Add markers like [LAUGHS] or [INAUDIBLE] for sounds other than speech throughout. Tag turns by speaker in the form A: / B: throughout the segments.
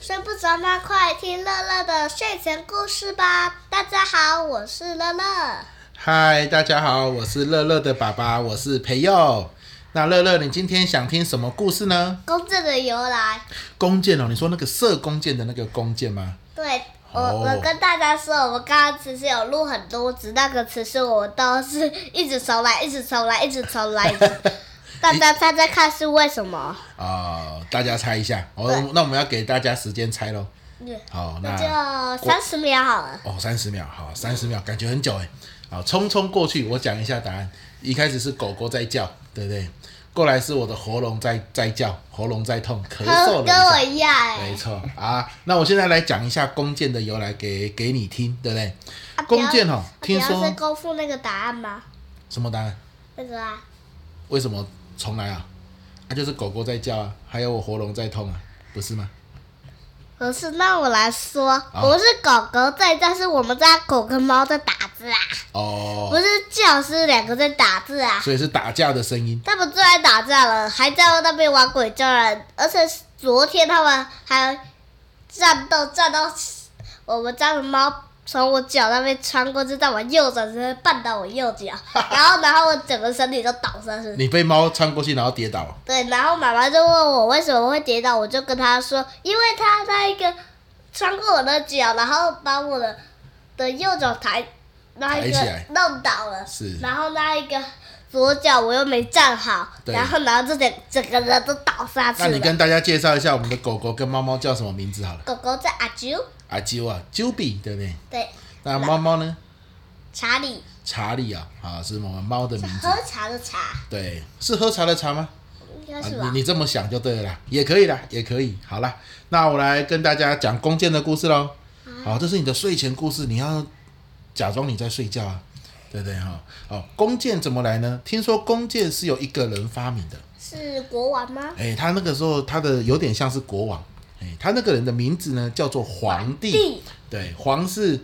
A: 睡不着那快听乐乐的睡前故事吧。大家好，我是乐乐。
B: 嗨，大家好，我是乐乐的爸爸，我是培佑。那乐乐，你今天想听什么故事呢？
A: 弓箭的由来，
B: 弓箭哦，你说那个射弓箭的那个弓箭吗？ [LAUGHS]
A: 对我、
B: 哦
A: 我跟大家说，我们刚刚其实有录很多集，那个其实我都是一直重来，一直重来，一直重来。一
B: [LAUGHS]
A: 直大家猜猜看是为什么？
B: 哦，大家猜一下。哦
A: 对，
B: 那我们要给大家时间猜喽。
A: 嗯
B: 好，
A: 那
B: 那
A: 就三十秒好了。
B: 哦，三十秒，好，三十秒，感觉很久哎。好，匆匆过去，我讲一下答案。一开始是狗狗在叫，对不对？过来是我的喉咙在在叫，喉咙在痛，咳嗽了一
A: 跟我
B: 下。
A: 一样哎、
B: 没错啊，那我现在来讲一下弓箭的由来给给你听，对不对？
A: 啊
B: 弓箭哦
A: 不要
B: 听
A: 不要是
B: 说
A: 公布那个答案吗？
B: 什么答案？
A: 那个啊，
B: 为什么重来啊？啊，就是狗狗在叫啊，还有我喉咙在痛啊，不是吗？
A: 不是，那我来说，不是狗狗在叫，是我们家狗跟猫在打字啊，不
B: 哦，
A: 是教师两个在打字啊，
B: 所以是打架的声音。
A: 他们最爱打架了，还在那边玩鬼叫人，而且昨天他们还战斗战到我们家的猫。从我脚那边穿过去，在我右脚直接绊到我右脚，然后然后我整个身体都倒下去。
B: 你被猫穿过去，然后跌倒。
A: 对，然后妈妈就问我为什么会跌倒，我就跟她说，因为她那个穿过我的脚，然后把我的的右脚抬那一个
B: 抬起来
A: 弄倒了，
B: 是
A: 然后那一个左脚我又没站好，
B: 对
A: 然后然后这整整个人都倒下去
B: 那你
A: 了。
B: 跟大家介绍一下我们的狗狗跟猫猫叫什么名字好了？
A: 狗狗叫阿啾，
B: 阿啾啊，啾比，对不对？
A: 对，
B: 那猫猫呢？
A: 查理
B: 查理啊，啊，是我们猫的名字。
A: 喝茶的茶，
B: 对，是喝茶的茶吗？
A: 应该
B: 啊
A: 是吧
B: 你？你这么想就对了啦，也可以啦，也可以。好啦，那我来跟大家讲弓箭的故事喽。好，这是你的睡前故事，你要假装你在睡觉啊，对不对哈？哦，弓箭怎么来呢？听说弓箭是由一个人发明的，
A: 是国王吗？
B: 哎，他那个时候他的有点像是国王，哎，他那个人的名字呢叫做皇帝，
A: 帝，
B: 对，皇是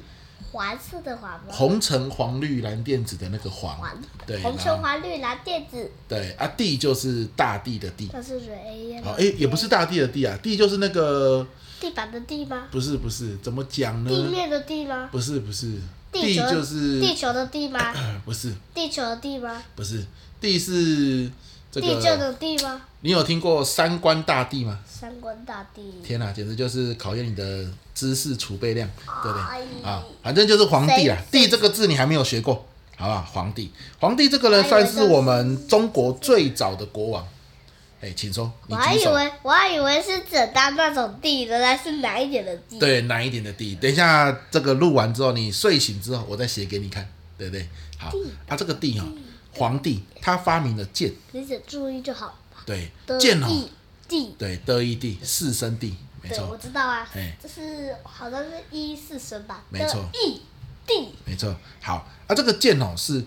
A: 黄色的黄吗？
B: 红橙黄绿蓝靛紫的那个黄，
A: 黄，
B: 对，
A: 红
B: 然
A: 橙
B: 后
A: 黄绿蓝靛紫，
B: 对啊，帝就是大地的地。
A: 那是谁呀？
B: 好，哎，也不是大地的地啊，地就是那个
A: 地板的地吗？
B: 不是不是，怎么讲呢？
A: 地面的地吗？
B: 不是不是，
A: 地
B: 地
A: 球
B: 嗯就是
A: 地球的地吗？
B: [COUGHS] 不是
A: 地球的地吗？
B: 不是地是这
A: 地球
B: 个，
A: 的地吗？
B: 你有听过三观大地吗？
A: 三观大地。
B: 天哪、简直就是考验你的知识储备量，对不
A: 哎
B: 对？啊，反正就是皇帝啦，
A: 谁
B: 帝这个字你还没有学过，好不好？皇帝，皇帝这个
A: 我
B: 呢，
A: 还以为
B: 算是
A: 这
B: 我们中国最早的国王。哎，请说，你
A: 我还
B: 举
A: 以
B: 手。
A: 为我还以为是简单那种地，原来是难一点的地。
B: 对，难一点的地。等一下这个录完之后，你睡醒之后，我再写给你看，对不对？好啊，这个地哈、皇帝他发明了剑，
A: 你只注意就好。
B: 对
A: 的，
B: 剑哦，
A: 地地，
B: 对，得一地四声地，没
A: 对，我
B: 错，
A: 知道啊
B: 哎，
A: 这是好像是一四声吧？
B: 没错
A: 的一地
B: 没错。好啊，这个剑哦是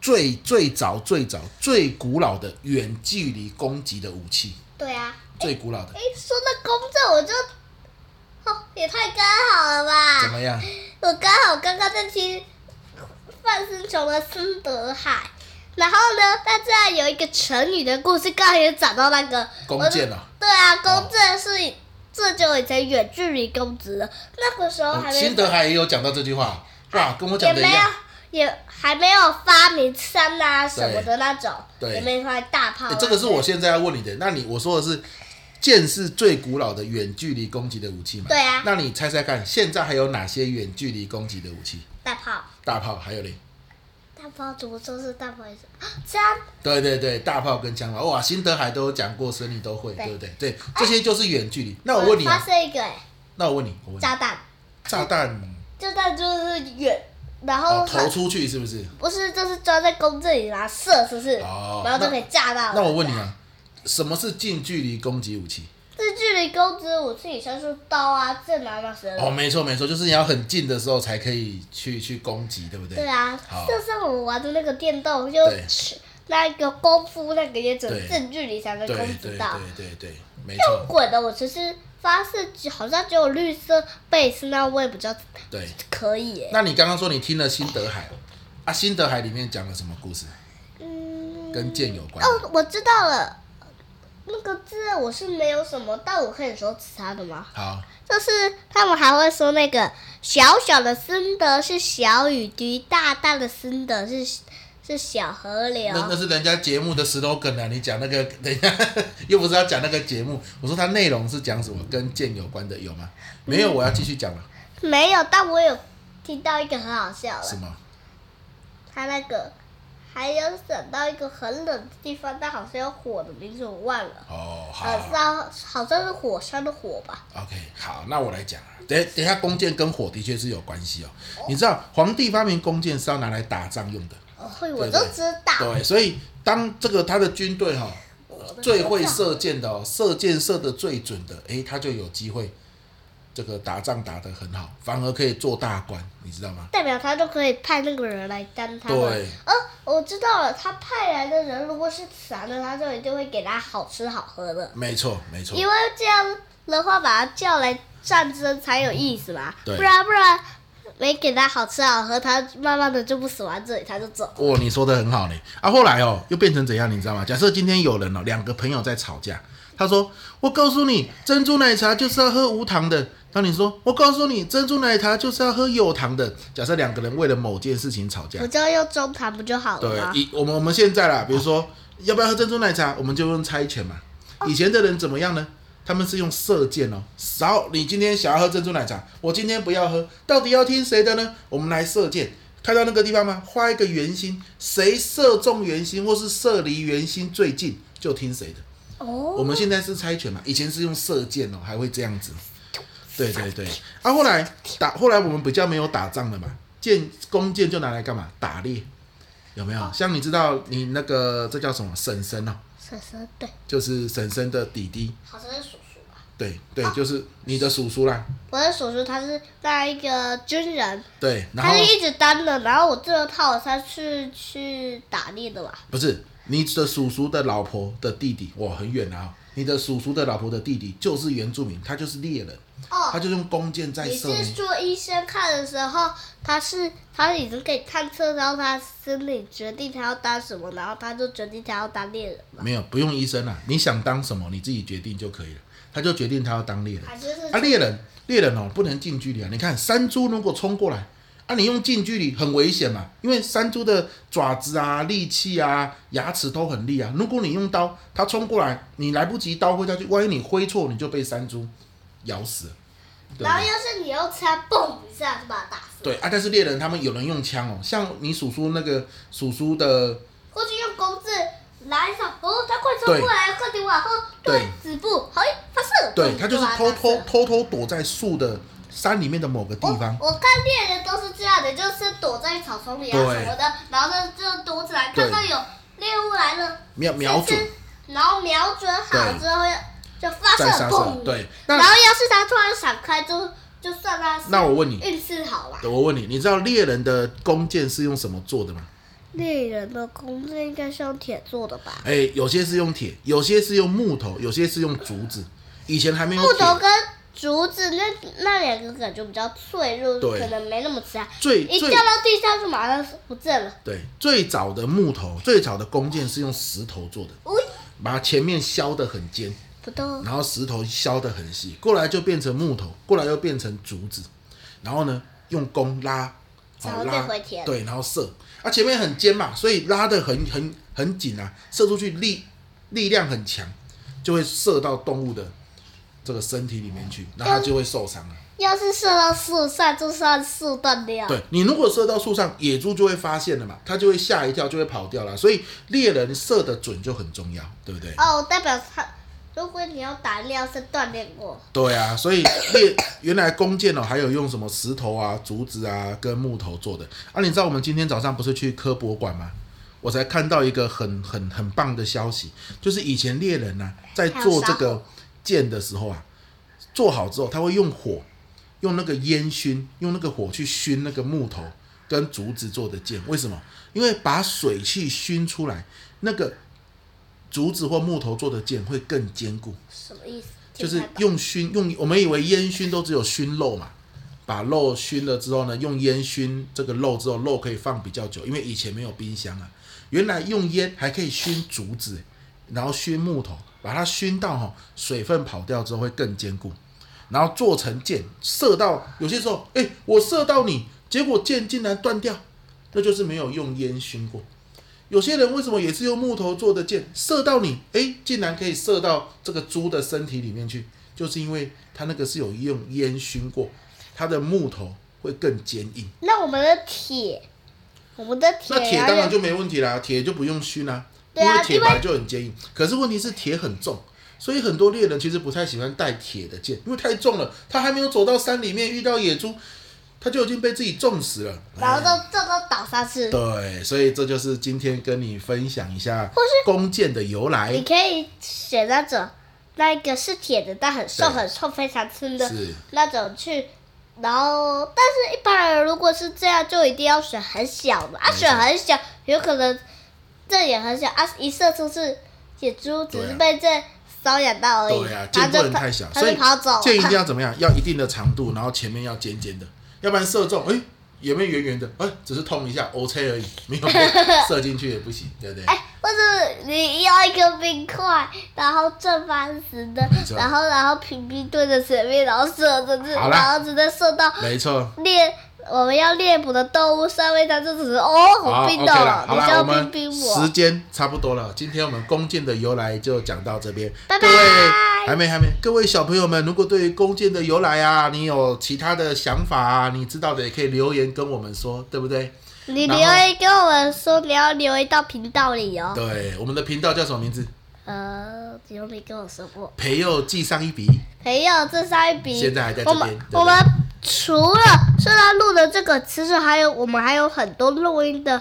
B: 最最早最早最古老的远距离攻击的武器，
A: 对啊。
B: 最古老的
A: 哎，说到公正，我就，哦，也太刚好了吧？
B: 怎么样？
A: 我刚好刚刚在听范森琼的《森德海》，然后呢，大家有一个成语的故事，刚好也找到那个
B: 弓箭啊。
A: 我对啊，弓箭是、这就以前远距离攻击的，那个时候还
B: 哦
A: 没
B: 辛德海也有讲到这句话，哇，跟我讲的
A: 也
B: 一
A: 没
B: 样
A: 有。也还没有发明枪啊什么的那种，
B: 对
A: 也没发明大炮、啊
B: 欸这个是我现在要问你的。那你我说的是，剑是最古老的远距离攻击的武器嘛？
A: 对啊
B: 那你猜猜看，现在还有哪些远距离攻击的武器？
A: 大炮。
B: 大炮还有嘞？
A: 大炮怎么说是大炮意思？啊枪
B: 对对对，大炮跟枪法，哇，辛德海都有讲过，所以你都会，
A: 对哎
B: 对不对？对，这些就是远距离。那我问你
A: 发
B: 啊，
A: 射一个、欸、
B: 那我问你，我问你，
A: 炸哦弹，
B: 炸弹
A: 炸弹就是远，然后
B: 哦投出去是不是？
A: 不是，就是装在弓这里，然后射，是不是？
B: 哦
A: 然后就可以炸到。
B: 那我问你，啊，什么是近距离攻击武器？
A: 这距离弓子武器像是刀啊、剑啊那些。
B: 哦，没错没错，就是你要很近的时候才可以去去攻击，对不对？
A: 对啊
B: 好，
A: 就像我们玩的那个电动，就
B: 对
A: 是那个功夫那个也只
B: 对
A: 能近距离才能
B: 对
A: 攻
B: 对
A: 击
B: 对
A: 到。
B: 对对，没
A: 用
B: 错，
A: 滚的，我其实发现只好像只有绿色贝斯那位比较
B: 对。
A: 可以耶。
B: 那你刚刚说你听了《新德海》啊，《新德海》里面讲了什么故事？
A: 嗯，
B: 跟剑有关的
A: 哦，我知道了。那个字我是没有什么，但我可以说其他的吗？
B: 好，
A: 就是他们还会说那个小小的森德是小雨滴，大大的森德是是小河流。
B: 那那是人家节目的 slogan 啊，你讲那个， [LAUGHS] 等一下又不是要讲那个节目。我说它内容是讲什么，跟剑有关的有吗？没
A: 嗯
B: 有，我要继续讲了。
A: 没有，但我有听到一个很好笑
B: 什
A: 的，
B: 么？
A: 他那个还有想到一个很冷的地方，但好像有火的名字我忘了，
B: 哦，好。
A: 呃，烧好像是火山的火吧？
B: OK，好，那我来讲啊。等等一下，弓箭跟火的确是有关系哦。你知道，皇帝发明弓箭是要拿来打仗用的，
A: 哦，我都知道，
B: 对，所以当这个他的军队哈、
A: 我都知道
B: 最会射箭的哦，射箭射的最准的，诶，他就有机会这个打仗打得很好，反而可以做大官，你知道吗？
A: 代表他就可以派那个人来当他们。
B: 对
A: 呃，我知道了，他派来的人如果是残的，他就一定会给他好吃好喝的，
B: 没错，没错，
A: 因为这样的话把他叫来战争才有意思嘛。
B: 对
A: 不然不然没给他好吃好喝，他慢慢的就不喜欢这里，他就走。
B: 哦，你说的很好嘞。啊，后来哦，又变成怎样，你知道吗？假设今天有人哦，两个朋友在吵架，他说：“我告诉你，珍珠奶茶就是要喝无糖的。”当你说：“我告诉你，珍珠奶茶就是要喝有糖的。”假设两个人为了某件事情吵架
A: 我，就用中堂不就好了
B: 对
A: 吗，？
B: 以我们我们现在啦，比如说要不要喝珍珠奶茶，我们就用猜拳嘛。
A: 哦
B: 以前的人怎么样呢？他们是用射箭哦，好，你今天想要喝珍珠奶茶，我今天不要喝，到底要听谁的呢？我们来射箭，看到那个地方吗？画一个圆心，谁射中圆心或是射离圆心最近，就听谁的。我
A: 哦，
B: 们现在是猜拳嘛，以前是用射箭哦，还会这样子。对对对，啊，后来打，后来我们比较没有打仗了嘛，箭弓箭就拿来干嘛？打猎，有没有？像你知道你那个这叫什么婶婶哦，
A: 婶婶对，
B: 就是婶婶的弟弟，
A: 好像是叔叔吧？
B: 对对，就是你的叔叔啦，
A: 我的叔叔他是那一个军人，
B: 对，然
A: 他
B: 后
A: 是一直当的，然后我最后套他是去打猎的吧？
B: 不是你的叔叔的老婆的弟弟，哇，很远啊、哦，你的叔叔的老婆的弟弟就是原住民，他就是猎人，他
A: 哦，
B: 就用弓箭在
A: 你
B: 射你
A: 是说医生看的时候，他是他已经可以探测到他心里决定他要当什么，然后他就决定他要当猎人吗？
B: 没有，不用医生啦，你想当什么你自己决定就可以了。他就决定他要当猎人
A: 还是是
B: 啊，猎人猎人哦，不能近距离啊。你看山猪如果冲过来啊，你用近距离很危险嘛，因为山猪的爪子啊、利器啊、牙齿都很利啊。如果你用刀，它冲过来，你来不及刀挥下去，万一你挥错，你就被山猪咬死了。对
A: 然
B: 不
A: 后
B: 对
A: 要是你用枪蹦一下就把他打死，
B: 对啊，但是猎人他们有人用枪哦，像你叔叔那个叔叔的
A: 或者用弓箭来一下，哦，他快冲过来，快点往后退
B: 对
A: 几步，好，发射，
B: 对
A: 砰
B: 他就是
A: 把
B: 偷
A: 打死
B: 偷
A: 了
B: 偷偷躲在树的山里面的某个地方。
A: 我我看猎人都是这样的，就是躲在草丛里啊
B: 对
A: 什么的，然后呢就躲起来，
B: 对
A: 看到有猎物来了，
B: 瞄瞄准
A: 先先，然后瞄准好
B: 对
A: 之后就发
B: 再
A: 射，
B: 杀手
A: 砰！
B: 对，
A: 然
B: 那
A: 后要是他突然闪开，就就算他是
B: 那我问你，
A: 运气好啊吧。
B: 我问你，你知道猎人的弓箭是用什么做的吗？
A: 猎人的弓箭应该是用铁做的吧？
B: 哎，有些是用铁，有些是用木头，有些是用竹子。以前还没有
A: 木
B: 铁
A: 头，跟竹子那那两个感觉比较脆弱，
B: 对
A: 可能没那么吃啊。
B: 最
A: 一
B: 最
A: 掉到地上就马上不见了。
B: 对最早的木头，最早的弓箭是用石头做的，
A: 喂，
B: 把前面削得很尖，
A: 不动，
B: 然后石头削得很细，过来就变成木头，过来又变成竹子，然后呢用弓拉，
A: 才
B: 好
A: 会
B: 拉
A: 变回铁
B: 对，然后射，啊前面很尖嘛，所以拉得很很很紧啊，射出去力力量很强，就会射到动物的这个身体里面去，那它就会受伤了。
A: 要是射到树上，就算树断掉。
B: 对你如果射到树上，野猪就会发现了嘛，它就会吓一跳，就会跑掉了。所以猎人射得准就很重要，对不对？
A: 哦，代表他，如果你要打猎，是锻炼过。
B: 对啊，所以猎原来弓箭哦，还有用什么石头啊、竹子啊跟木头做的啊。你知道我们今天早上不是去科博馆吗？我才看到一个很很很棒的消息，就是以前猎人呐、在做这
A: 还有烧
B: 个箭的时候啊，做好之后他会用火，用那个烟熏，用那个火去熏那个木头跟竹子做的箭。为什么？因为把水汽熏出来，那个竹子或木头做的箭会更坚固。
A: 什么意思？
B: 就是
A: 听不太懂
B: 用熏用，我们以为烟熏都只有熏肉嘛，把肉熏了之后呢，用烟熏这个肉之后，肉可以放比较久，因为以前没有冰箱啊。原来用烟还可以熏竹子，然后熏木头，把它熏到哈、水分跑掉之后会更坚固，然后做成箭，射到有些时候，哎，我射到你，结果箭竟然断掉，那就是没有用烟熏过。有些人为什么也是用木头做的箭，射到你，哎，竟然可以射到这个猪的身体里面去，就是因为它那个是有用烟熏过，它的木头会更坚硬。
A: 那我们的铁，我们的铁，
B: 那铁当
A: 然
B: 然
A: 后
B: 就没问题啦，铁就不用熏啦、
A: 对
B: 因
A: 啊
B: 为铁
A: 因为
B: 本来就很坚硬。可是问题是铁很重，所以很多猎人其实不太喜欢带铁的箭，因为太重了。他还没有走到山里面遇到野猪，他就已经被自己重死了。
A: 然后
B: 哎
A: 都这都倒三次。
B: 对，所以这就是今天跟你分享一下
A: 或是
B: 弓箭的由
A: 你
B: 来。
A: 可以选那种那个是铁的，但很瘦
B: 对
A: 很瘦，非常轻的
B: 是
A: 那种去。然后，但是一般人如果是这样，就一定要选很小的啊，
B: 没错
A: 选很小，有可能这也很小啊，一射出去，野猪只
B: 对
A: 是
B: 啊
A: 被这瘙痒到而已
B: 对啊，，
A: 它
B: 箭不
A: 就
B: 能
A: 跑
B: 太小，
A: 它
B: 所以
A: 就跑走了。
B: 箭一定要怎么样？要一定的长度，然后前面要尖尖的，要不然射中，哎、有没有圆圆的？哎、只是痛一下，O K 而已，没有射进去也不行，对不对？
A: [LAUGHS] 哎，或者你要一个冰块，然后正方形的
B: 没，错
A: 然后然后平平对着前面，然后射着这，
B: 好啦
A: 然后直接射到
B: 没错。
A: 猎我们要猎捕的动物上面，它就只是哦，
B: 好
A: 好冰
B: ，OK
A: 的
B: 了，，好
A: 你
B: 啦
A: 就，
B: 我
A: 要冰
B: 们
A: 冰
B: 时
A: 我。
B: 间差不多了。今天我们弓箭的由来就讲到这边，
A: 拜
B: 各位
A: 拜
B: 还没还没，各位小朋友们，如果对于弓箭的由来啊，你有其他的想法啊，你知道的也可以留言跟我们说，对不对？
A: 你
B: 然
A: 留
B: 后
A: 言跟我们说，你要留言到频道里哦。
B: 对，我们的频道叫什么名字？
A: 呃，你又没跟我说过。
B: 培佑记上一笔，
A: 朋友，这三笔
B: 现在还在这
A: 我
B: 边
A: 们
B: 对不对
A: 我们除了虽然录的这个，其实还有我们还有很多录音的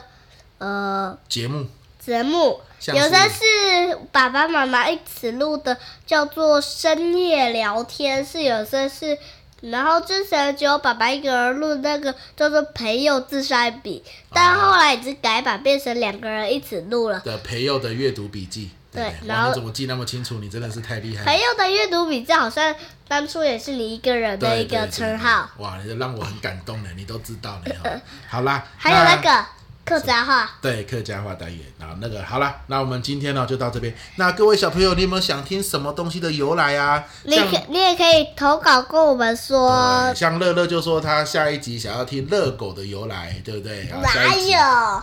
A: 呃
B: 节目
A: 节目，
B: 像
A: 有
B: 是
A: 的是爸爸妈妈一起录的，叫做深夜聊天，是有些是。然后之前只有爸爸一个人录那个叫做“朋友自杀笔”，
B: 啊
A: 但后来已经改版变成两个人一起录了。
B: 的培佑的阅读笔记。对不
A: 对
B: 对，
A: 然
B: 哇，
A: 后
B: 你怎么记那么清楚？你真的是太厉害
A: 朋
B: 了。
A: 友的阅读笔记好像当初也是你一个人的
B: 对
A: 一个称号，。
B: 对对对哇，你就让我很感动了，你都知道了。
A: [LAUGHS]
B: 哦好啦，
A: 还有那
B: 个。
A: 个客家话。
B: 对客家话单元，然后那个好了，那我们今天呢就到这边。那各位小朋友，你有没有想听什么东西的由来啊？
A: 你
B: 像
A: 可你也可以投稿跟我们说
B: 对，像乐乐就说他下一集想要听热狗的由来，对不对？好下
A: 哪
B: 一集
A: 有？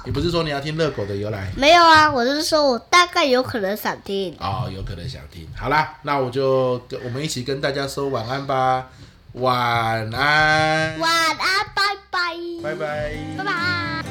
B: 你不是说你要听热狗的由来？
A: 没有啊，我就是说我大概有可能想听。
B: 哦，有可能想听。好啦，那我就跟我们一起跟大家说晚安吧，晚安，
A: 晚安，拜拜，
B: 拜拜，
A: 拜拜。